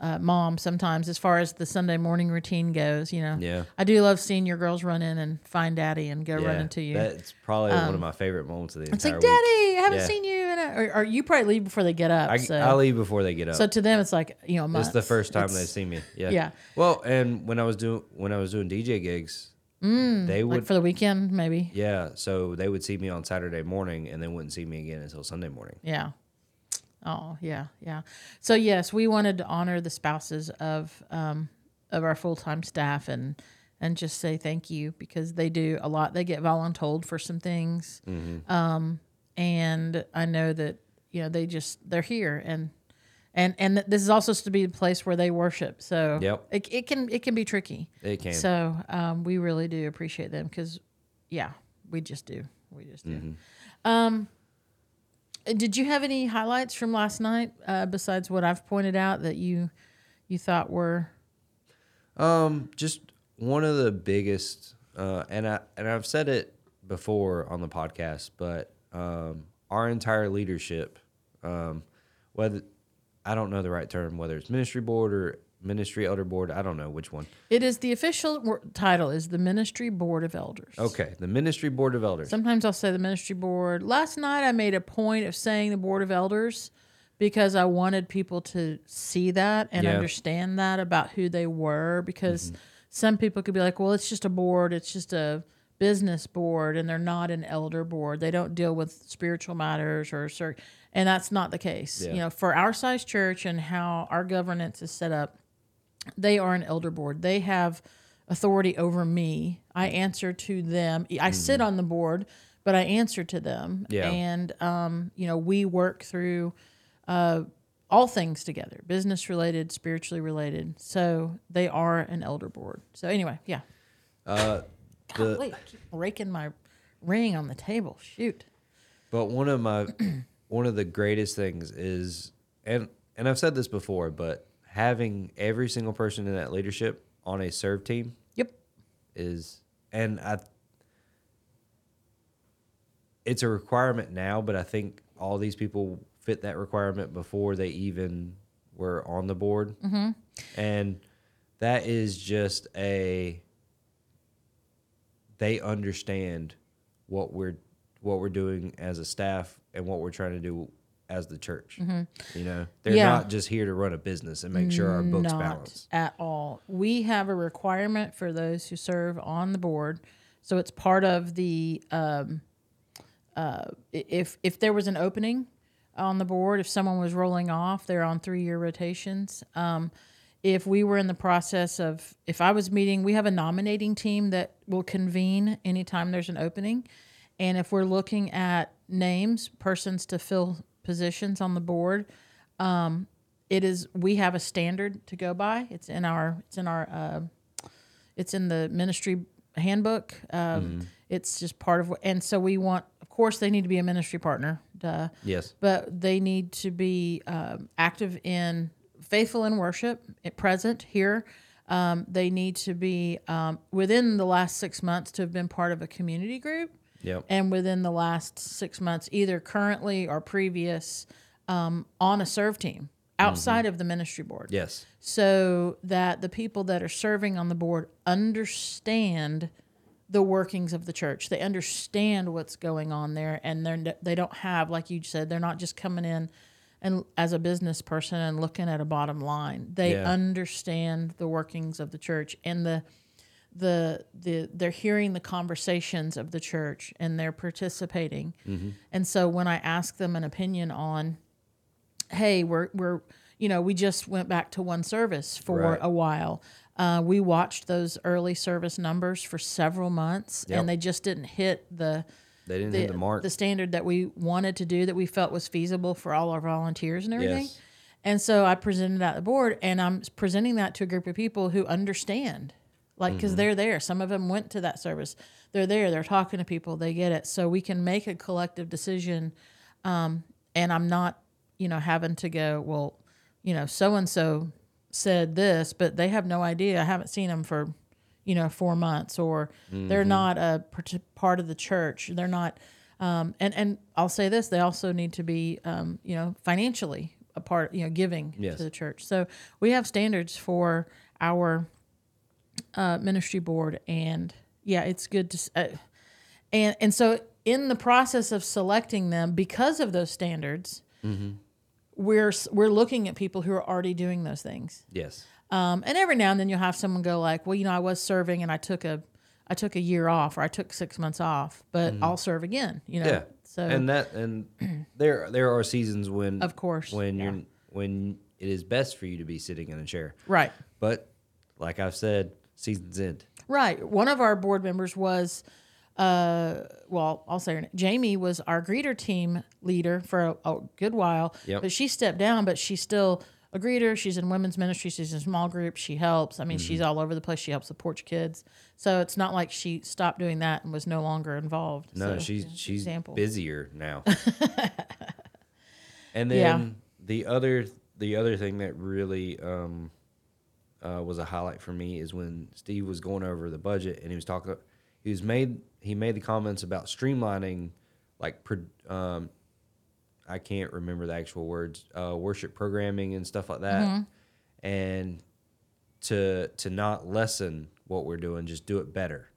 [SPEAKER 2] uh, mom sometimes as far as the Sunday morning routine goes you know
[SPEAKER 3] Yeah.
[SPEAKER 2] I do love seeing your girls run in and find daddy and go
[SPEAKER 3] Yeah,
[SPEAKER 2] run into you Um,
[SPEAKER 3] that's probably one of my favorite moments of the
[SPEAKER 2] it's
[SPEAKER 3] entire
[SPEAKER 2] like daddy
[SPEAKER 3] week
[SPEAKER 2] I haven't
[SPEAKER 3] Yeah.
[SPEAKER 2] seen you in a, or, or you probably leave before they get up
[SPEAKER 3] I,
[SPEAKER 2] so
[SPEAKER 3] I leave before they get up
[SPEAKER 2] so to them it's like you know a
[SPEAKER 3] it's the
[SPEAKER 2] month.
[SPEAKER 3] first time they
[SPEAKER 2] It's-
[SPEAKER 3] see me yeah
[SPEAKER 2] yeah.
[SPEAKER 3] well and when i was doing when i was doing dj gigs they would
[SPEAKER 2] Mm, like for the weekend maybe
[SPEAKER 3] yeah so they would see me on saturday morning and they wouldn't see me again until sunday morning
[SPEAKER 2] yeah oh yeah yeah so yes we wanted to honor the spouses of um of our full-time staff and and just say thank you because they do a lot they get voluntold for some things um
[SPEAKER 3] Mm-hmm.
[SPEAKER 2] and i know that you know they just they're here and and and th- this is also supposed to be the place where they worship so
[SPEAKER 3] Yep.
[SPEAKER 2] it, it can it can be tricky
[SPEAKER 3] they came
[SPEAKER 2] So um, we really do appreciate them because, yeah, we just do. We just do. Um, did you have any highlights from last night uh, besides what I've pointed out that you you thought were?
[SPEAKER 3] Um, just one of the biggest, uh, and I and I've said it before on the podcast, but um, our entire leadership, um, whether I don't know the right term, whether it's ministry board or ministry elder board. I don't know which one.
[SPEAKER 2] It is the official wor- title is the Ministry Board of Elders.
[SPEAKER 3] Okay, the ministry board of elders.
[SPEAKER 2] Sometimes I'll say the ministry board. Last night I made a point of saying the board of elders because I wanted people to see that and
[SPEAKER 3] Yeah. Mm-hmm.
[SPEAKER 2] understand that about who they were because some people could be like, well, it's just a board, it's just a business board and they're not an elder board. They don't deal with spiritual matters or cer- and that's not the case.
[SPEAKER 3] Yeah.
[SPEAKER 2] You know, for our size church and how our governance is set up, they are an elder board. They have authority over me. I answer to them. I sit on the board, but I answer to them.
[SPEAKER 3] Mm-hmm. Yeah.
[SPEAKER 2] And um, you know, we work through uh, all things together, business related, spiritually related. So they are an elder board. So anyway, yeah. Uh,
[SPEAKER 3] the-
[SPEAKER 2] Wait, I keep raking my ring on the table. Shoot.
[SPEAKER 3] But one of my one of the greatest things is and and I've said this before, but having every single person in that leadership on a serve team
[SPEAKER 2] Yep.
[SPEAKER 3] is and I it's a requirement now, but I think all these people fit that requirement before they even were on the board. Mm-hmm. And that is just a they understand what we're what we're doing as a staff and what we're trying to do as the church. You know, they're
[SPEAKER 2] Mm-hmm. Yeah.
[SPEAKER 3] not just here to run a business and make sure our books
[SPEAKER 2] not
[SPEAKER 3] balance.
[SPEAKER 2] at all. We have a requirement for those who serve on the board, so it's part of the. Um, uh, i- if if there was an opening on the board, if someone was rolling off, they're on three year rotations. Um, if we were in the process of, if I was meeting, we have a nominating team that will convene anytime there's an opening, and if we're looking at names, persons to fill positions on the board, it is we have a standard to go by it's in our it's in our uh, it's in the ministry handbook um, it's just part of what and so we want of course they need to be a ministry partner duh
[SPEAKER 3] Yes.
[SPEAKER 2] but they need to be um, active in faithful in worship at present here um, they need to be um, within the last six months to have been part of a community group
[SPEAKER 3] Yep.
[SPEAKER 2] and within the last six months, either currently or previous, um, on a serve team outside of the ministry board.
[SPEAKER 3] yes.
[SPEAKER 2] So that the people that are serving on the board understand the workings of the church. They understand what's going on there, and they're they don't have like you said, they're not just coming in and as a business person and looking at a bottom line. They
[SPEAKER 3] Yeah.
[SPEAKER 2] understand the workings of the church and the the the they're hearing the conversations of the church and they're participating.
[SPEAKER 3] Mm-hmm.
[SPEAKER 2] And so when I ask them an opinion on, hey, we're we're you know we just went back to one service for
[SPEAKER 3] Right.
[SPEAKER 2] a while. Uh, we watched those early service numbers for several months,
[SPEAKER 3] Yep.
[SPEAKER 2] and they just didn't hit the
[SPEAKER 3] They didn't
[SPEAKER 2] the,
[SPEAKER 3] hit the mark.
[SPEAKER 2] the standard that we wanted to do that we felt was feasible for all our volunteers and everything.
[SPEAKER 3] Yes.
[SPEAKER 2] And so I presented that at the board, and I'm presenting that to a group of people who understand, like,
[SPEAKER 3] Mm-hmm.
[SPEAKER 2] because they're there. Some of them went to that service. They're there. They're talking to people. They get it. So we can make a collective decision. Um, and I'm not, you know, having to go, well, you know, so and so said this, but they have no idea. I haven't seen them for, you know, four months, or they're not a part- part of the church. They're not. Um, and and I'll say this: they also need to be, um, you know, financially a part, you know, giving
[SPEAKER 3] Yes.
[SPEAKER 2] to the church. So we have standards for our uh, ministry board, and yeah, it's good to. s- Uh, and and so in the process of selecting them, because of those standards,
[SPEAKER 3] Mm-hmm.
[SPEAKER 2] we're s- we're looking at people who are already doing those things.
[SPEAKER 3] yes.
[SPEAKER 2] Um, and every now and then you'll have someone go like, "Well, you know, I was serving and I took a, I took a year off or I took six months off, but I'll serve again." You know,
[SPEAKER 3] Mm. Yeah.
[SPEAKER 2] so
[SPEAKER 3] and that and there there are seasons when
[SPEAKER 2] Of course,
[SPEAKER 3] when
[SPEAKER 2] yeah.
[SPEAKER 3] you're when it is best for you to be sitting in a chair.
[SPEAKER 2] right,
[SPEAKER 3] But like I've said, seasons end.
[SPEAKER 2] right. One of our board members was, uh, well, I'll say her name. Jamie was our greeter team leader for a, a good while,
[SPEAKER 3] Yep.
[SPEAKER 2] but she stepped down, but she's still. A greeter. She's in women's ministry. She's in small group. She helps. I mean, she's
[SPEAKER 3] Mm-hmm.
[SPEAKER 2] all over the place. She helps the porch kids. So it's not like she stopped doing that and was no longer involved. So,
[SPEAKER 3] No, she's
[SPEAKER 2] yeah,
[SPEAKER 3] she's
[SPEAKER 2] example.
[SPEAKER 3] busier now. and then
[SPEAKER 2] Yeah.
[SPEAKER 3] the other the other thing that really um, uh, was a highlight for me is when Steve was going over the budget and he was talking. He was made he made the comments about streamlining, like pro, um, I
[SPEAKER 2] Mm-hmm.
[SPEAKER 3] can't remember the actual words, uh, worship programming and stuff like that. And to to not lessen what we're doing, just do it better.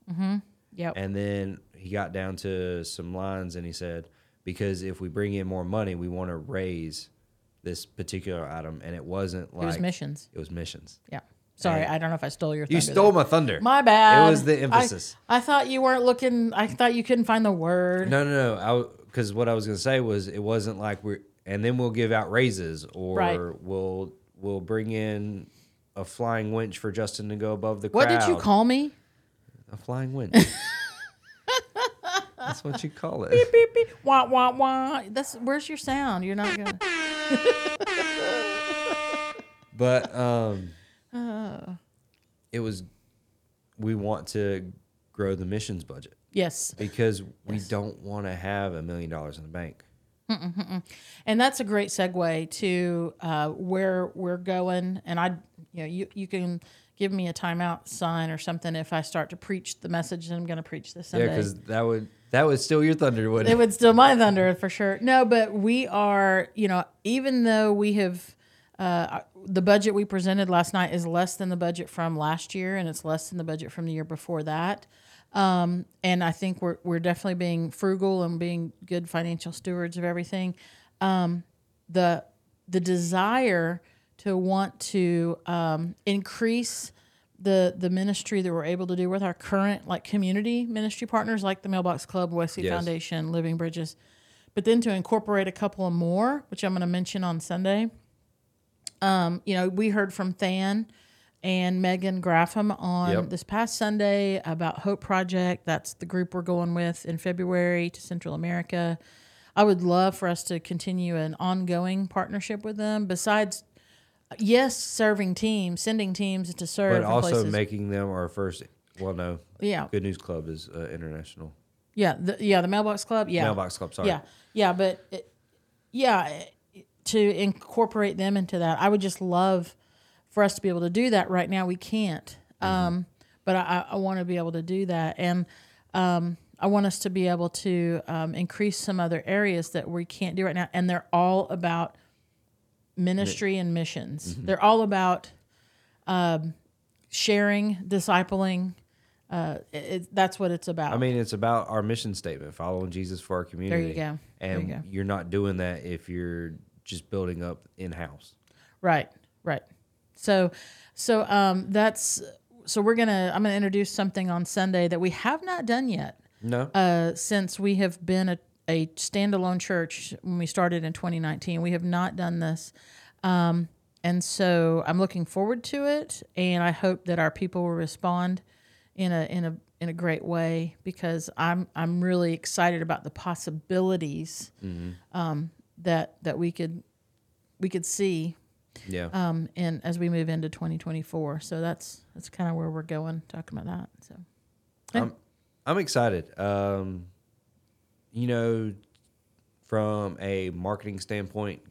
[SPEAKER 2] Yep.
[SPEAKER 3] And then he got down to some lines and he said, because if we bring in more money, we want to raise this particular item. And it wasn't like
[SPEAKER 2] it was missions.
[SPEAKER 3] It was missions.
[SPEAKER 2] Yeah. Sorry, I don't know if I stole your.
[SPEAKER 3] You
[SPEAKER 2] thunder
[SPEAKER 3] stole
[SPEAKER 2] there.
[SPEAKER 3] my thunder.
[SPEAKER 2] My bad.
[SPEAKER 3] It was the
[SPEAKER 2] I-
[SPEAKER 3] emphasis.
[SPEAKER 2] I, thought you weren't looking. I thought you couldn't find the word.
[SPEAKER 3] No, no, no. I because what I was gonna say was it wasn't like we're and then we'll give out raises or
[SPEAKER 2] Right.
[SPEAKER 3] we'll we'll bring in a flying winch for Justin to go above the
[SPEAKER 2] what
[SPEAKER 3] crowd.
[SPEAKER 2] did you call me?
[SPEAKER 3] a flying winch? That's what you call it.
[SPEAKER 2] Beep, beep. Wah wah wah. That's where's your sound? You're not gonna.
[SPEAKER 3] But um,
[SPEAKER 2] Uh.
[SPEAKER 3] it was we want to grow the missions budget
[SPEAKER 2] Yes.
[SPEAKER 3] because we don't want to have a million dollars in the bank.
[SPEAKER 2] And that's a great segue to uh, where we're going. And I, you know, you, you can give me a timeout sign or something if I start to preach the message that I'm going to preach this
[SPEAKER 3] Yeah,
[SPEAKER 2] Sunday.
[SPEAKER 3] because that would that would steal your thunder, wouldn't
[SPEAKER 2] it
[SPEAKER 3] it?
[SPEAKER 2] would steal my thunder for sure. No, but we are, you know, even though we have uh, the budget we presented last night is less than the budget from last year, and it's less than the budget from the year before that. Um, and I think we're we're definitely being frugal and being good financial stewards of everything. Um, the the desire to want to um, increase the the ministry that we're able to do with our current like community ministry partners like the Mailbox Club, Wesley
[SPEAKER 3] Yes.
[SPEAKER 2] Foundation, Living Bridges, but then to incorporate a couple of more, which I'm going to mention on Sunday. Um, you know, we heard from Than and Megan Graffam on
[SPEAKER 3] Yep.
[SPEAKER 2] this past Sunday about Hope Project. That's the group we're going with in February to Central America. I would love for us to continue an ongoing partnership with them. Besides, yes, serving teams, sending teams to serve,
[SPEAKER 3] But
[SPEAKER 2] in
[SPEAKER 3] also
[SPEAKER 2] places.
[SPEAKER 3] making them our first. Well, no,
[SPEAKER 2] yeah,
[SPEAKER 3] Good News Club is uh, international.
[SPEAKER 2] yeah, the, yeah, the Mailbox Club, yeah,
[SPEAKER 3] Mailbox Club, sorry.
[SPEAKER 2] yeah, yeah, but it, yeah, it- to incorporate them into that, I would just love for us to be able to do that. Right now, we can't,
[SPEAKER 3] Mm-hmm.
[SPEAKER 2] um, but I, I want to be able to do that, and um, I want us to be able to um, increase some other areas that we can't do right now, and they're all about ministry and missions.
[SPEAKER 3] mm-hmm.
[SPEAKER 2] They're all about um, sharing, discipling. Uh, it, it- that's what it's about.
[SPEAKER 3] I mean, it's about our mission statement, following Jesus for our community.
[SPEAKER 2] go. There you
[SPEAKER 3] And
[SPEAKER 2] go.
[SPEAKER 3] you're not doing that if you're just building up in house.
[SPEAKER 2] Right, right. So, so um, that's so we're gonna. I'm gonna introduce something on Sunday that we have not done yet
[SPEAKER 3] No.
[SPEAKER 2] uh, since we have been a, a standalone church when we started in 2019. We have not done this, um, and so I'm looking forward to it, and I hope that our people will respond in a in a in a great way because I'm I'm really excited about the possibilities um, that that we could we could see
[SPEAKER 3] yeah.
[SPEAKER 2] um, and as we move into 2024. So that's that's kind of where we're going talking about that. So
[SPEAKER 3] I'm, I'm excited. Um, you know, from a marketing standpoint,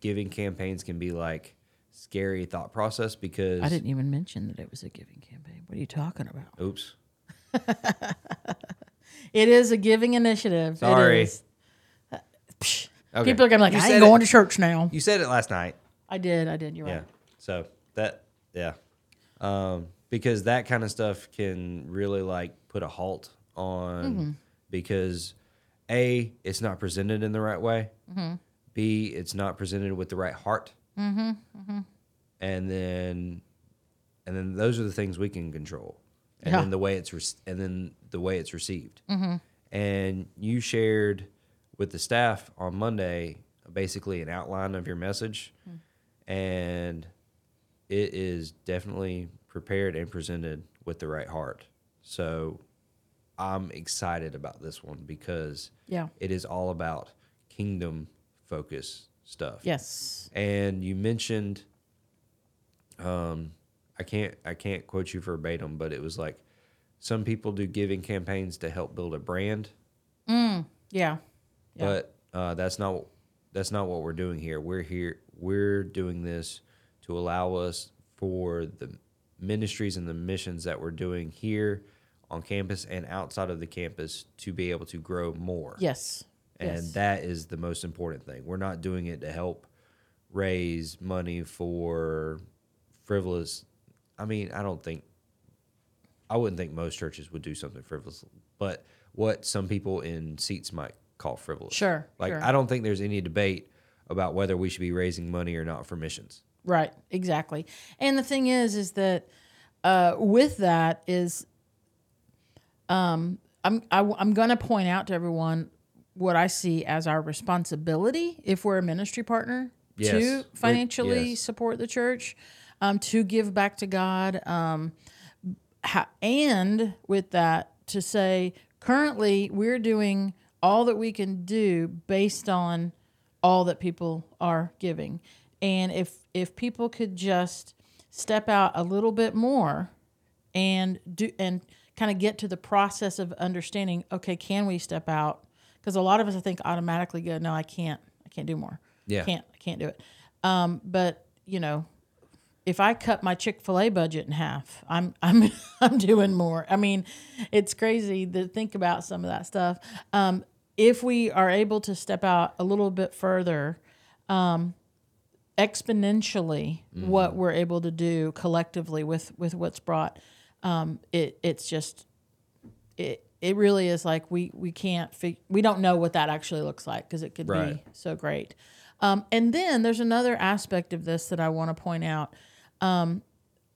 [SPEAKER 3] giving campaigns can be like scary thought process because
[SPEAKER 2] I didn't even mention that it was a giving campaign. What are you talking about?
[SPEAKER 3] oops.
[SPEAKER 2] It is a giving initiative. It
[SPEAKER 3] Sorry.
[SPEAKER 2] is. Uh, psh.
[SPEAKER 3] Okay.
[SPEAKER 2] People are gonna be like,
[SPEAKER 3] You
[SPEAKER 2] I
[SPEAKER 3] said
[SPEAKER 2] ain't going
[SPEAKER 3] it.
[SPEAKER 2] to church now.
[SPEAKER 3] You said it last night.
[SPEAKER 2] I did. I did. You're
[SPEAKER 3] Yeah.
[SPEAKER 2] right.
[SPEAKER 3] So that yeah. Um, because that kind of stuff can really like put a halt on
[SPEAKER 2] Mm-hmm.
[SPEAKER 3] because A, it's not presented in the right way.
[SPEAKER 2] Mm-hmm.
[SPEAKER 3] B, it's not presented with the right heart. Mm-hmm. And then and then those are the things we can control. And
[SPEAKER 2] Yeah.
[SPEAKER 3] then the way it's re- and then the way it's received. And you shared with the staff on Monday basically an outline of your message and it is definitely prepared and presented with the right heart. So I'm excited about this one because
[SPEAKER 2] Yeah.
[SPEAKER 3] it is all about kingdom focus stuff.
[SPEAKER 2] Yes.
[SPEAKER 3] And you mentioned um I can't I can't quote you verbatim, but it was like some people do giving campaigns to help build a brand
[SPEAKER 2] Yeah. Yeah.
[SPEAKER 3] but uh, that's not that's not what we're doing here. We're here we're doing this to allow us for the ministries and the missions that we're doing here on campus and outside of the campus to be able to grow more.
[SPEAKER 2] Yes.
[SPEAKER 3] And
[SPEAKER 2] yes.
[SPEAKER 3] that is the most important thing. We're not doing it to help raise money for frivolous I mean, I don't think, I wouldn't think most churches would do something frivolous, but what some people in seats might call frivolous.
[SPEAKER 2] Sure,
[SPEAKER 3] Like,
[SPEAKER 2] sure.
[SPEAKER 3] I don't think there's any debate about whether we should be raising money or not for missions.
[SPEAKER 2] Right, exactly. And the thing is, is that uh, with that is, um, I'm I, am i am going to point out to everyone what I see as our responsibility if we're a ministry partner
[SPEAKER 3] Yes.
[SPEAKER 2] to financially
[SPEAKER 3] Yes.
[SPEAKER 2] support the church, um, to give back to God, um, ha- and with that to say currently we're doing all that we can do based on all that people are giving and if if people could just step out a little bit more and do and kind of get to the process of understanding okay can we step out because a lot of us i think automatically go no i can't i can't do more
[SPEAKER 3] Yeah.
[SPEAKER 2] can't i can't do it um, but you know if I cut my Chick Fil A budget in half, I'm I'm I'm doing more. I mean, it's crazy to think about some of that stuff. Um, if we are able to step out a little bit further, um, exponentially, what we're able to do collectively with with what's brought, um, it it's just it it really is like we we can't fig- we don't know what that actually looks like because it could
[SPEAKER 3] Right.
[SPEAKER 2] be so great. Um, and then there's another aspect of this that I want to point out Um,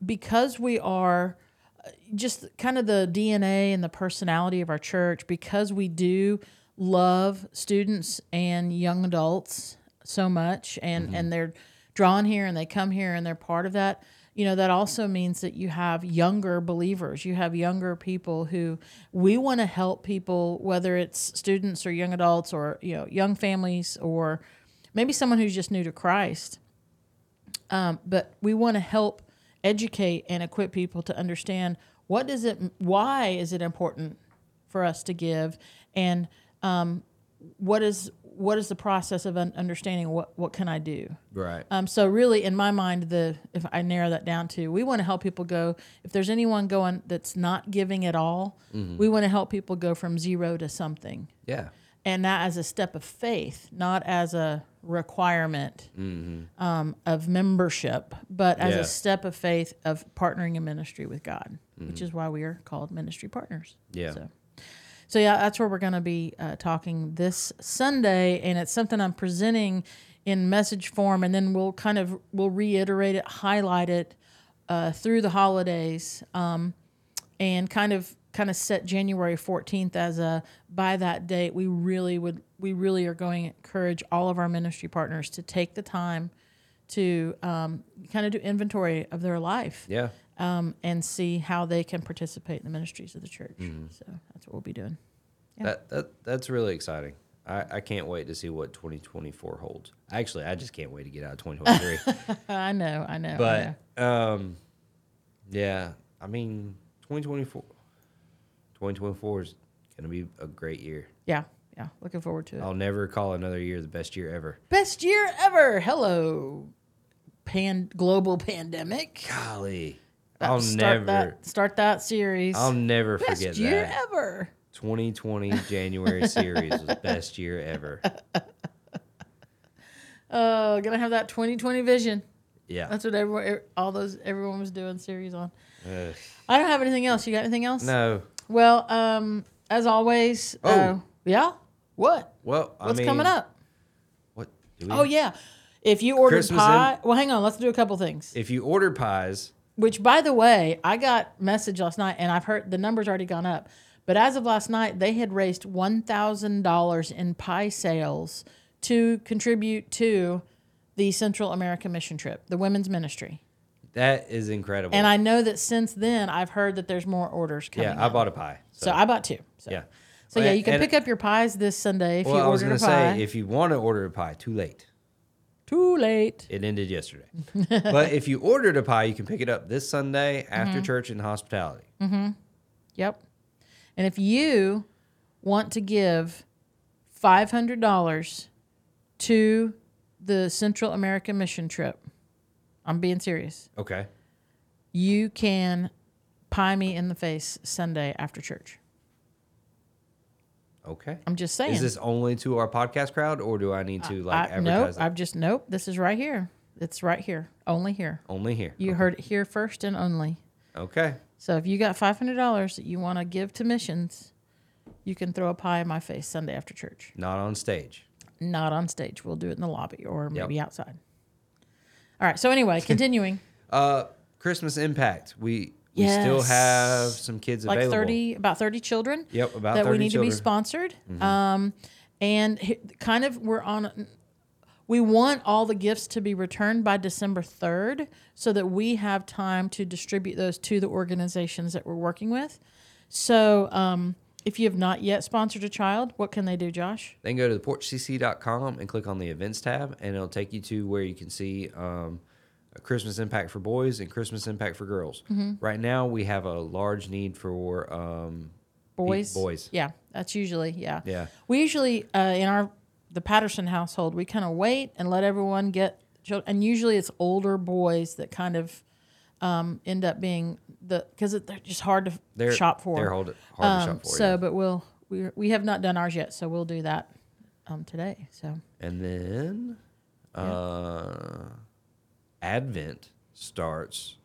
[SPEAKER 2] because we are uh, just kind of the DNA and the personality of our church, because we do love students and young adults so much and, and they're drawn here and they come here and they're part of that, you know, that also means that you have younger believers. You have younger people who we want to help people, whether it's students or young adults or, you know, young families or maybe someone who's just new to Christ but we want to help educate and equip people to understand what does it why is it important for us to give and um, what is what is the process of un- understanding what what can i do
[SPEAKER 3] Right.
[SPEAKER 2] um, so really, in my mind, the if I narrow that down to, we want to help people go. If there's anyone going that's not giving at all, we want to help people go from zero to something,
[SPEAKER 3] yeah.
[SPEAKER 2] and that as a step of faith, not as a requirement um, of membership, but as
[SPEAKER 3] Yeah.
[SPEAKER 2] a step of faith of partnering in ministry with God, which is why we are called ministry partners.
[SPEAKER 3] Yeah.
[SPEAKER 2] So, so yeah, that's where we're going to be uh, talking this Sunday, and it's something I'm presenting in message form, and then we'll kind of we'll reiterate it, highlight it uh, through the holidays, um, and kind of kind of set January 14th as a by that date we really would we really are going to encourage all of our ministry partners to take the time to um, kind of do inventory of their life
[SPEAKER 3] Yeah.
[SPEAKER 2] um, and see how they can participate in the ministries of the church.
[SPEAKER 3] Mm-hmm.
[SPEAKER 2] So that's what we'll be doing. Yeah.
[SPEAKER 3] That, that that's really exciting. I, I can't wait to see what 2024 holds. Actually, I just can't wait to get out of 2023.
[SPEAKER 2] Uh, I know, I know. I know.
[SPEAKER 3] but um, yeah, I mean 2024, 2024 is gonna be a great year.
[SPEAKER 2] yeah, yeah, looking forward to it.
[SPEAKER 3] I'll never call another year the best year ever.
[SPEAKER 2] Best year ever. Hello, pan global pandemic.
[SPEAKER 3] Golly,
[SPEAKER 2] That-
[SPEAKER 3] I'll
[SPEAKER 2] start
[SPEAKER 3] never,
[SPEAKER 2] that start that series.
[SPEAKER 3] I'll never
[SPEAKER 2] Best
[SPEAKER 3] forget
[SPEAKER 2] year
[SPEAKER 3] that.
[SPEAKER 2] ever.
[SPEAKER 3] 2020 January series was best year ever.
[SPEAKER 2] Oh, gonna have that 2020 vision.
[SPEAKER 3] Yeah.
[SPEAKER 2] That's what everyone, e, all those everyone was doing series on.
[SPEAKER 3] Ugh.
[SPEAKER 2] I don't have anything else. You got anything else?
[SPEAKER 3] no.
[SPEAKER 2] Well, um, as always.
[SPEAKER 3] Oh.
[SPEAKER 2] uh, yeah. What?
[SPEAKER 3] Well, I
[SPEAKER 2] What's
[SPEAKER 3] mean,
[SPEAKER 2] coming up?
[SPEAKER 3] What? Do we
[SPEAKER 2] Oh yeah. If you ordered
[SPEAKER 3] Christmas
[SPEAKER 2] pie, well, hang on. Let's do a couple things.
[SPEAKER 3] If you order pies,
[SPEAKER 2] Which, by the way, I got message last night, and I've heard the numbers already gone up. But as of last night, they had raised one thousand dollars in pie sales to contribute to the Central America mission trip, the women's ministry.
[SPEAKER 3] that is incredible.
[SPEAKER 2] And I know that since then, I've heard that there's more orders coming.
[SPEAKER 3] yeah, I bought a pie. So,
[SPEAKER 2] so I bought two. So.
[SPEAKER 3] yeah.
[SPEAKER 2] So yeah, you can
[SPEAKER 3] And-
[SPEAKER 2] pick up your pies this Sunday if
[SPEAKER 3] Well,
[SPEAKER 2] you
[SPEAKER 3] I was
[SPEAKER 2] ordered
[SPEAKER 3] gonna
[SPEAKER 2] a pie.
[SPEAKER 3] say if you want to order a pie, too late.
[SPEAKER 2] Too late.
[SPEAKER 3] It ended yesterday. but if you ordered a pie, you can pick it up this Sunday
[SPEAKER 2] Mm-hmm.
[SPEAKER 3] after church in hospitality.
[SPEAKER 2] Yep. And if you want to give $500 to the Central American mission trip, I'm being serious.
[SPEAKER 3] Okay.
[SPEAKER 2] You can pie me in the face Sunday after church.
[SPEAKER 3] Okay.
[SPEAKER 2] I'm just saying.
[SPEAKER 3] Is this only to our podcast crowd, or do I need to like
[SPEAKER 2] I- nope,
[SPEAKER 3] advertise? it?
[SPEAKER 2] I've just nope. This is right here. It's right here, only here.
[SPEAKER 3] Only here.
[SPEAKER 2] You heard it here first and only.
[SPEAKER 3] Okay.
[SPEAKER 2] So if you got five hundred dollars that you want to give to missions, you can throw a pie in my face Sunday after church.
[SPEAKER 3] Not on stage.
[SPEAKER 2] Not on stage. We'll do it in the lobby or maybe outside. All right. So anyway, continuing.
[SPEAKER 3] Uh, Christmas impact. We we still
[SPEAKER 2] Yes.
[SPEAKER 3] have some kids
[SPEAKER 2] like
[SPEAKER 3] available.
[SPEAKER 2] 30 about 30 children
[SPEAKER 3] Yep, about
[SPEAKER 2] that we
[SPEAKER 3] 30
[SPEAKER 2] need to be
[SPEAKER 3] children. Mm-hmm.
[SPEAKER 2] sponsored um, and hi- kind of we're on we want all the gifts to be returned by december 3rd so that we have time to distribute those to the organizations that we're working with so um, if you have not yet sponsored a child what can they do josh
[SPEAKER 3] Then go to theporchcc.com and click on the events tab, and it'll take you to where you can see um, a Christmas impact for boys and Christmas impact for girls.
[SPEAKER 2] Mm-hmm.
[SPEAKER 3] Right now, we have a large need for um, pe-
[SPEAKER 2] boys
[SPEAKER 3] Boys.
[SPEAKER 2] yeah that's usually yeah
[SPEAKER 3] Yeah.
[SPEAKER 2] we usually uh, in our the patterson household we kind of wait and let everyone get children and usually it's older boys that kind of um, end up being the because they're just hard to
[SPEAKER 3] They're
[SPEAKER 2] shop for
[SPEAKER 3] They're hard, hard to
[SPEAKER 2] Um,
[SPEAKER 3] shop for.
[SPEAKER 2] so
[SPEAKER 3] yeah.
[SPEAKER 2] but we'll we, we have not done ours yet so we'll do that um, today so
[SPEAKER 3] And then uh, Advent starts.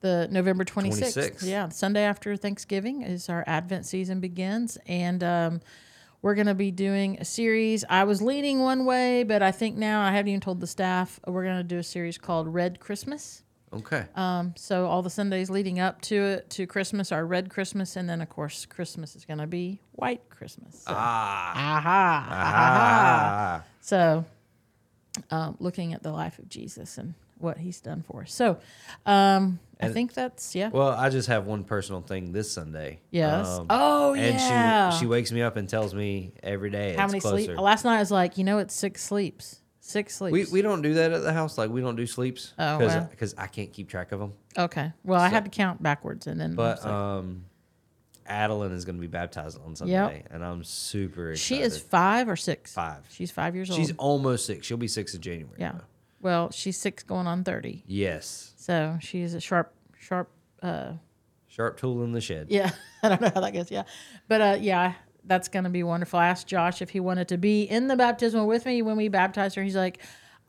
[SPEAKER 2] the November 26th.
[SPEAKER 3] 26th.
[SPEAKER 2] Yeah, Sunday after Thanksgiving is our Advent season begins. And um, we're going to be doing a series. I was leaning one way, but I think now I haven't even told the staff. We're going to do a series called Red Christmas.
[SPEAKER 3] Okay.
[SPEAKER 2] Um, so all the Sundays leading up to it, to Christmas are Red Christmas. And then, of course, Christmas is going to be White Christmas. So- Aha.
[SPEAKER 3] ah.
[SPEAKER 2] So, um, looking at the life of Jesus and what he's done for us. So, um, I think that's, yeah.
[SPEAKER 3] Well, I just have one personal thing this Sunday.
[SPEAKER 2] Yes.
[SPEAKER 3] Um,
[SPEAKER 2] oh
[SPEAKER 3] and
[SPEAKER 2] yeah.
[SPEAKER 3] she she wakes me up and tells me every day
[SPEAKER 2] How
[SPEAKER 3] it's
[SPEAKER 2] many
[SPEAKER 3] closer.
[SPEAKER 2] sleep? Last night I was like, you know, it's six sleeps. Six sleeps.
[SPEAKER 3] We, we don't do that at the house. Like we don't do sleeps
[SPEAKER 2] Oh,
[SPEAKER 3] because
[SPEAKER 2] well. Oh,
[SPEAKER 3] I can't keep track of them.
[SPEAKER 2] okay. Well, I had to count backwards and then.
[SPEAKER 3] But
[SPEAKER 2] I was like-
[SPEAKER 3] um, Adeline is going to be baptized on Sunday, and I'm super excited.
[SPEAKER 2] she is five or six.
[SPEAKER 3] Five.
[SPEAKER 2] She's five years
[SPEAKER 3] She's
[SPEAKER 2] old.
[SPEAKER 3] almost six. She'll be six in January.
[SPEAKER 2] Yeah.
[SPEAKER 3] though.
[SPEAKER 2] Well, she's six going on thirty,
[SPEAKER 3] Yes.
[SPEAKER 2] so she's a sharp, sharp. Uh,
[SPEAKER 3] Sharp tool in the shed.
[SPEAKER 2] yeah, I don't know how that goes. Yeah, but uh, yeah, that's gonna be wonderful. I asked Josh if he wanted to be in the baptismal with me when we baptized her. He's like,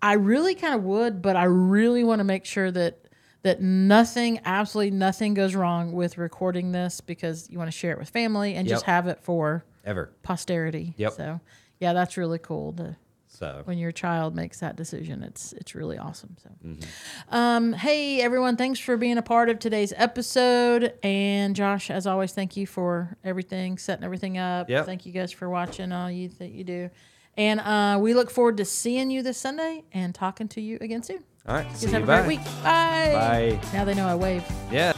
[SPEAKER 2] I really kind of would, but I really want to make sure that that nothing, absolutely nothing, goes wrong with recording this because you want to share it with family and just
[SPEAKER 3] Yep.
[SPEAKER 2] have it for
[SPEAKER 3] Ever.
[SPEAKER 2] posterity.
[SPEAKER 3] Yep.
[SPEAKER 2] So yeah, that's really cool. To,
[SPEAKER 3] So
[SPEAKER 2] when your child makes that decision it's it's really awesome so
[SPEAKER 3] Mm-hmm.
[SPEAKER 2] um, hey everyone thanks for being a part of today's episode and josh as always thank you for everything setting everything up
[SPEAKER 3] Yep.
[SPEAKER 2] thank you guys for watching all you that you do and uh, we look forward to seeing you this sunday and talking to you again soon
[SPEAKER 3] all right. See
[SPEAKER 2] guys
[SPEAKER 3] you
[SPEAKER 2] have a
[SPEAKER 3] bye.
[SPEAKER 2] great week bye
[SPEAKER 3] Bye.
[SPEAKER 2] now they know i wave
[SPEAKER 3] Yeah.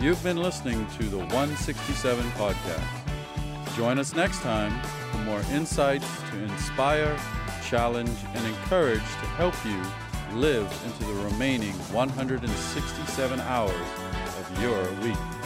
[SPEAKER 1] You've been listening to the 167 Podcast. Join us next time for more insights to inspire, challenge, and encourage to help you live into the remaining 167 hours of your week.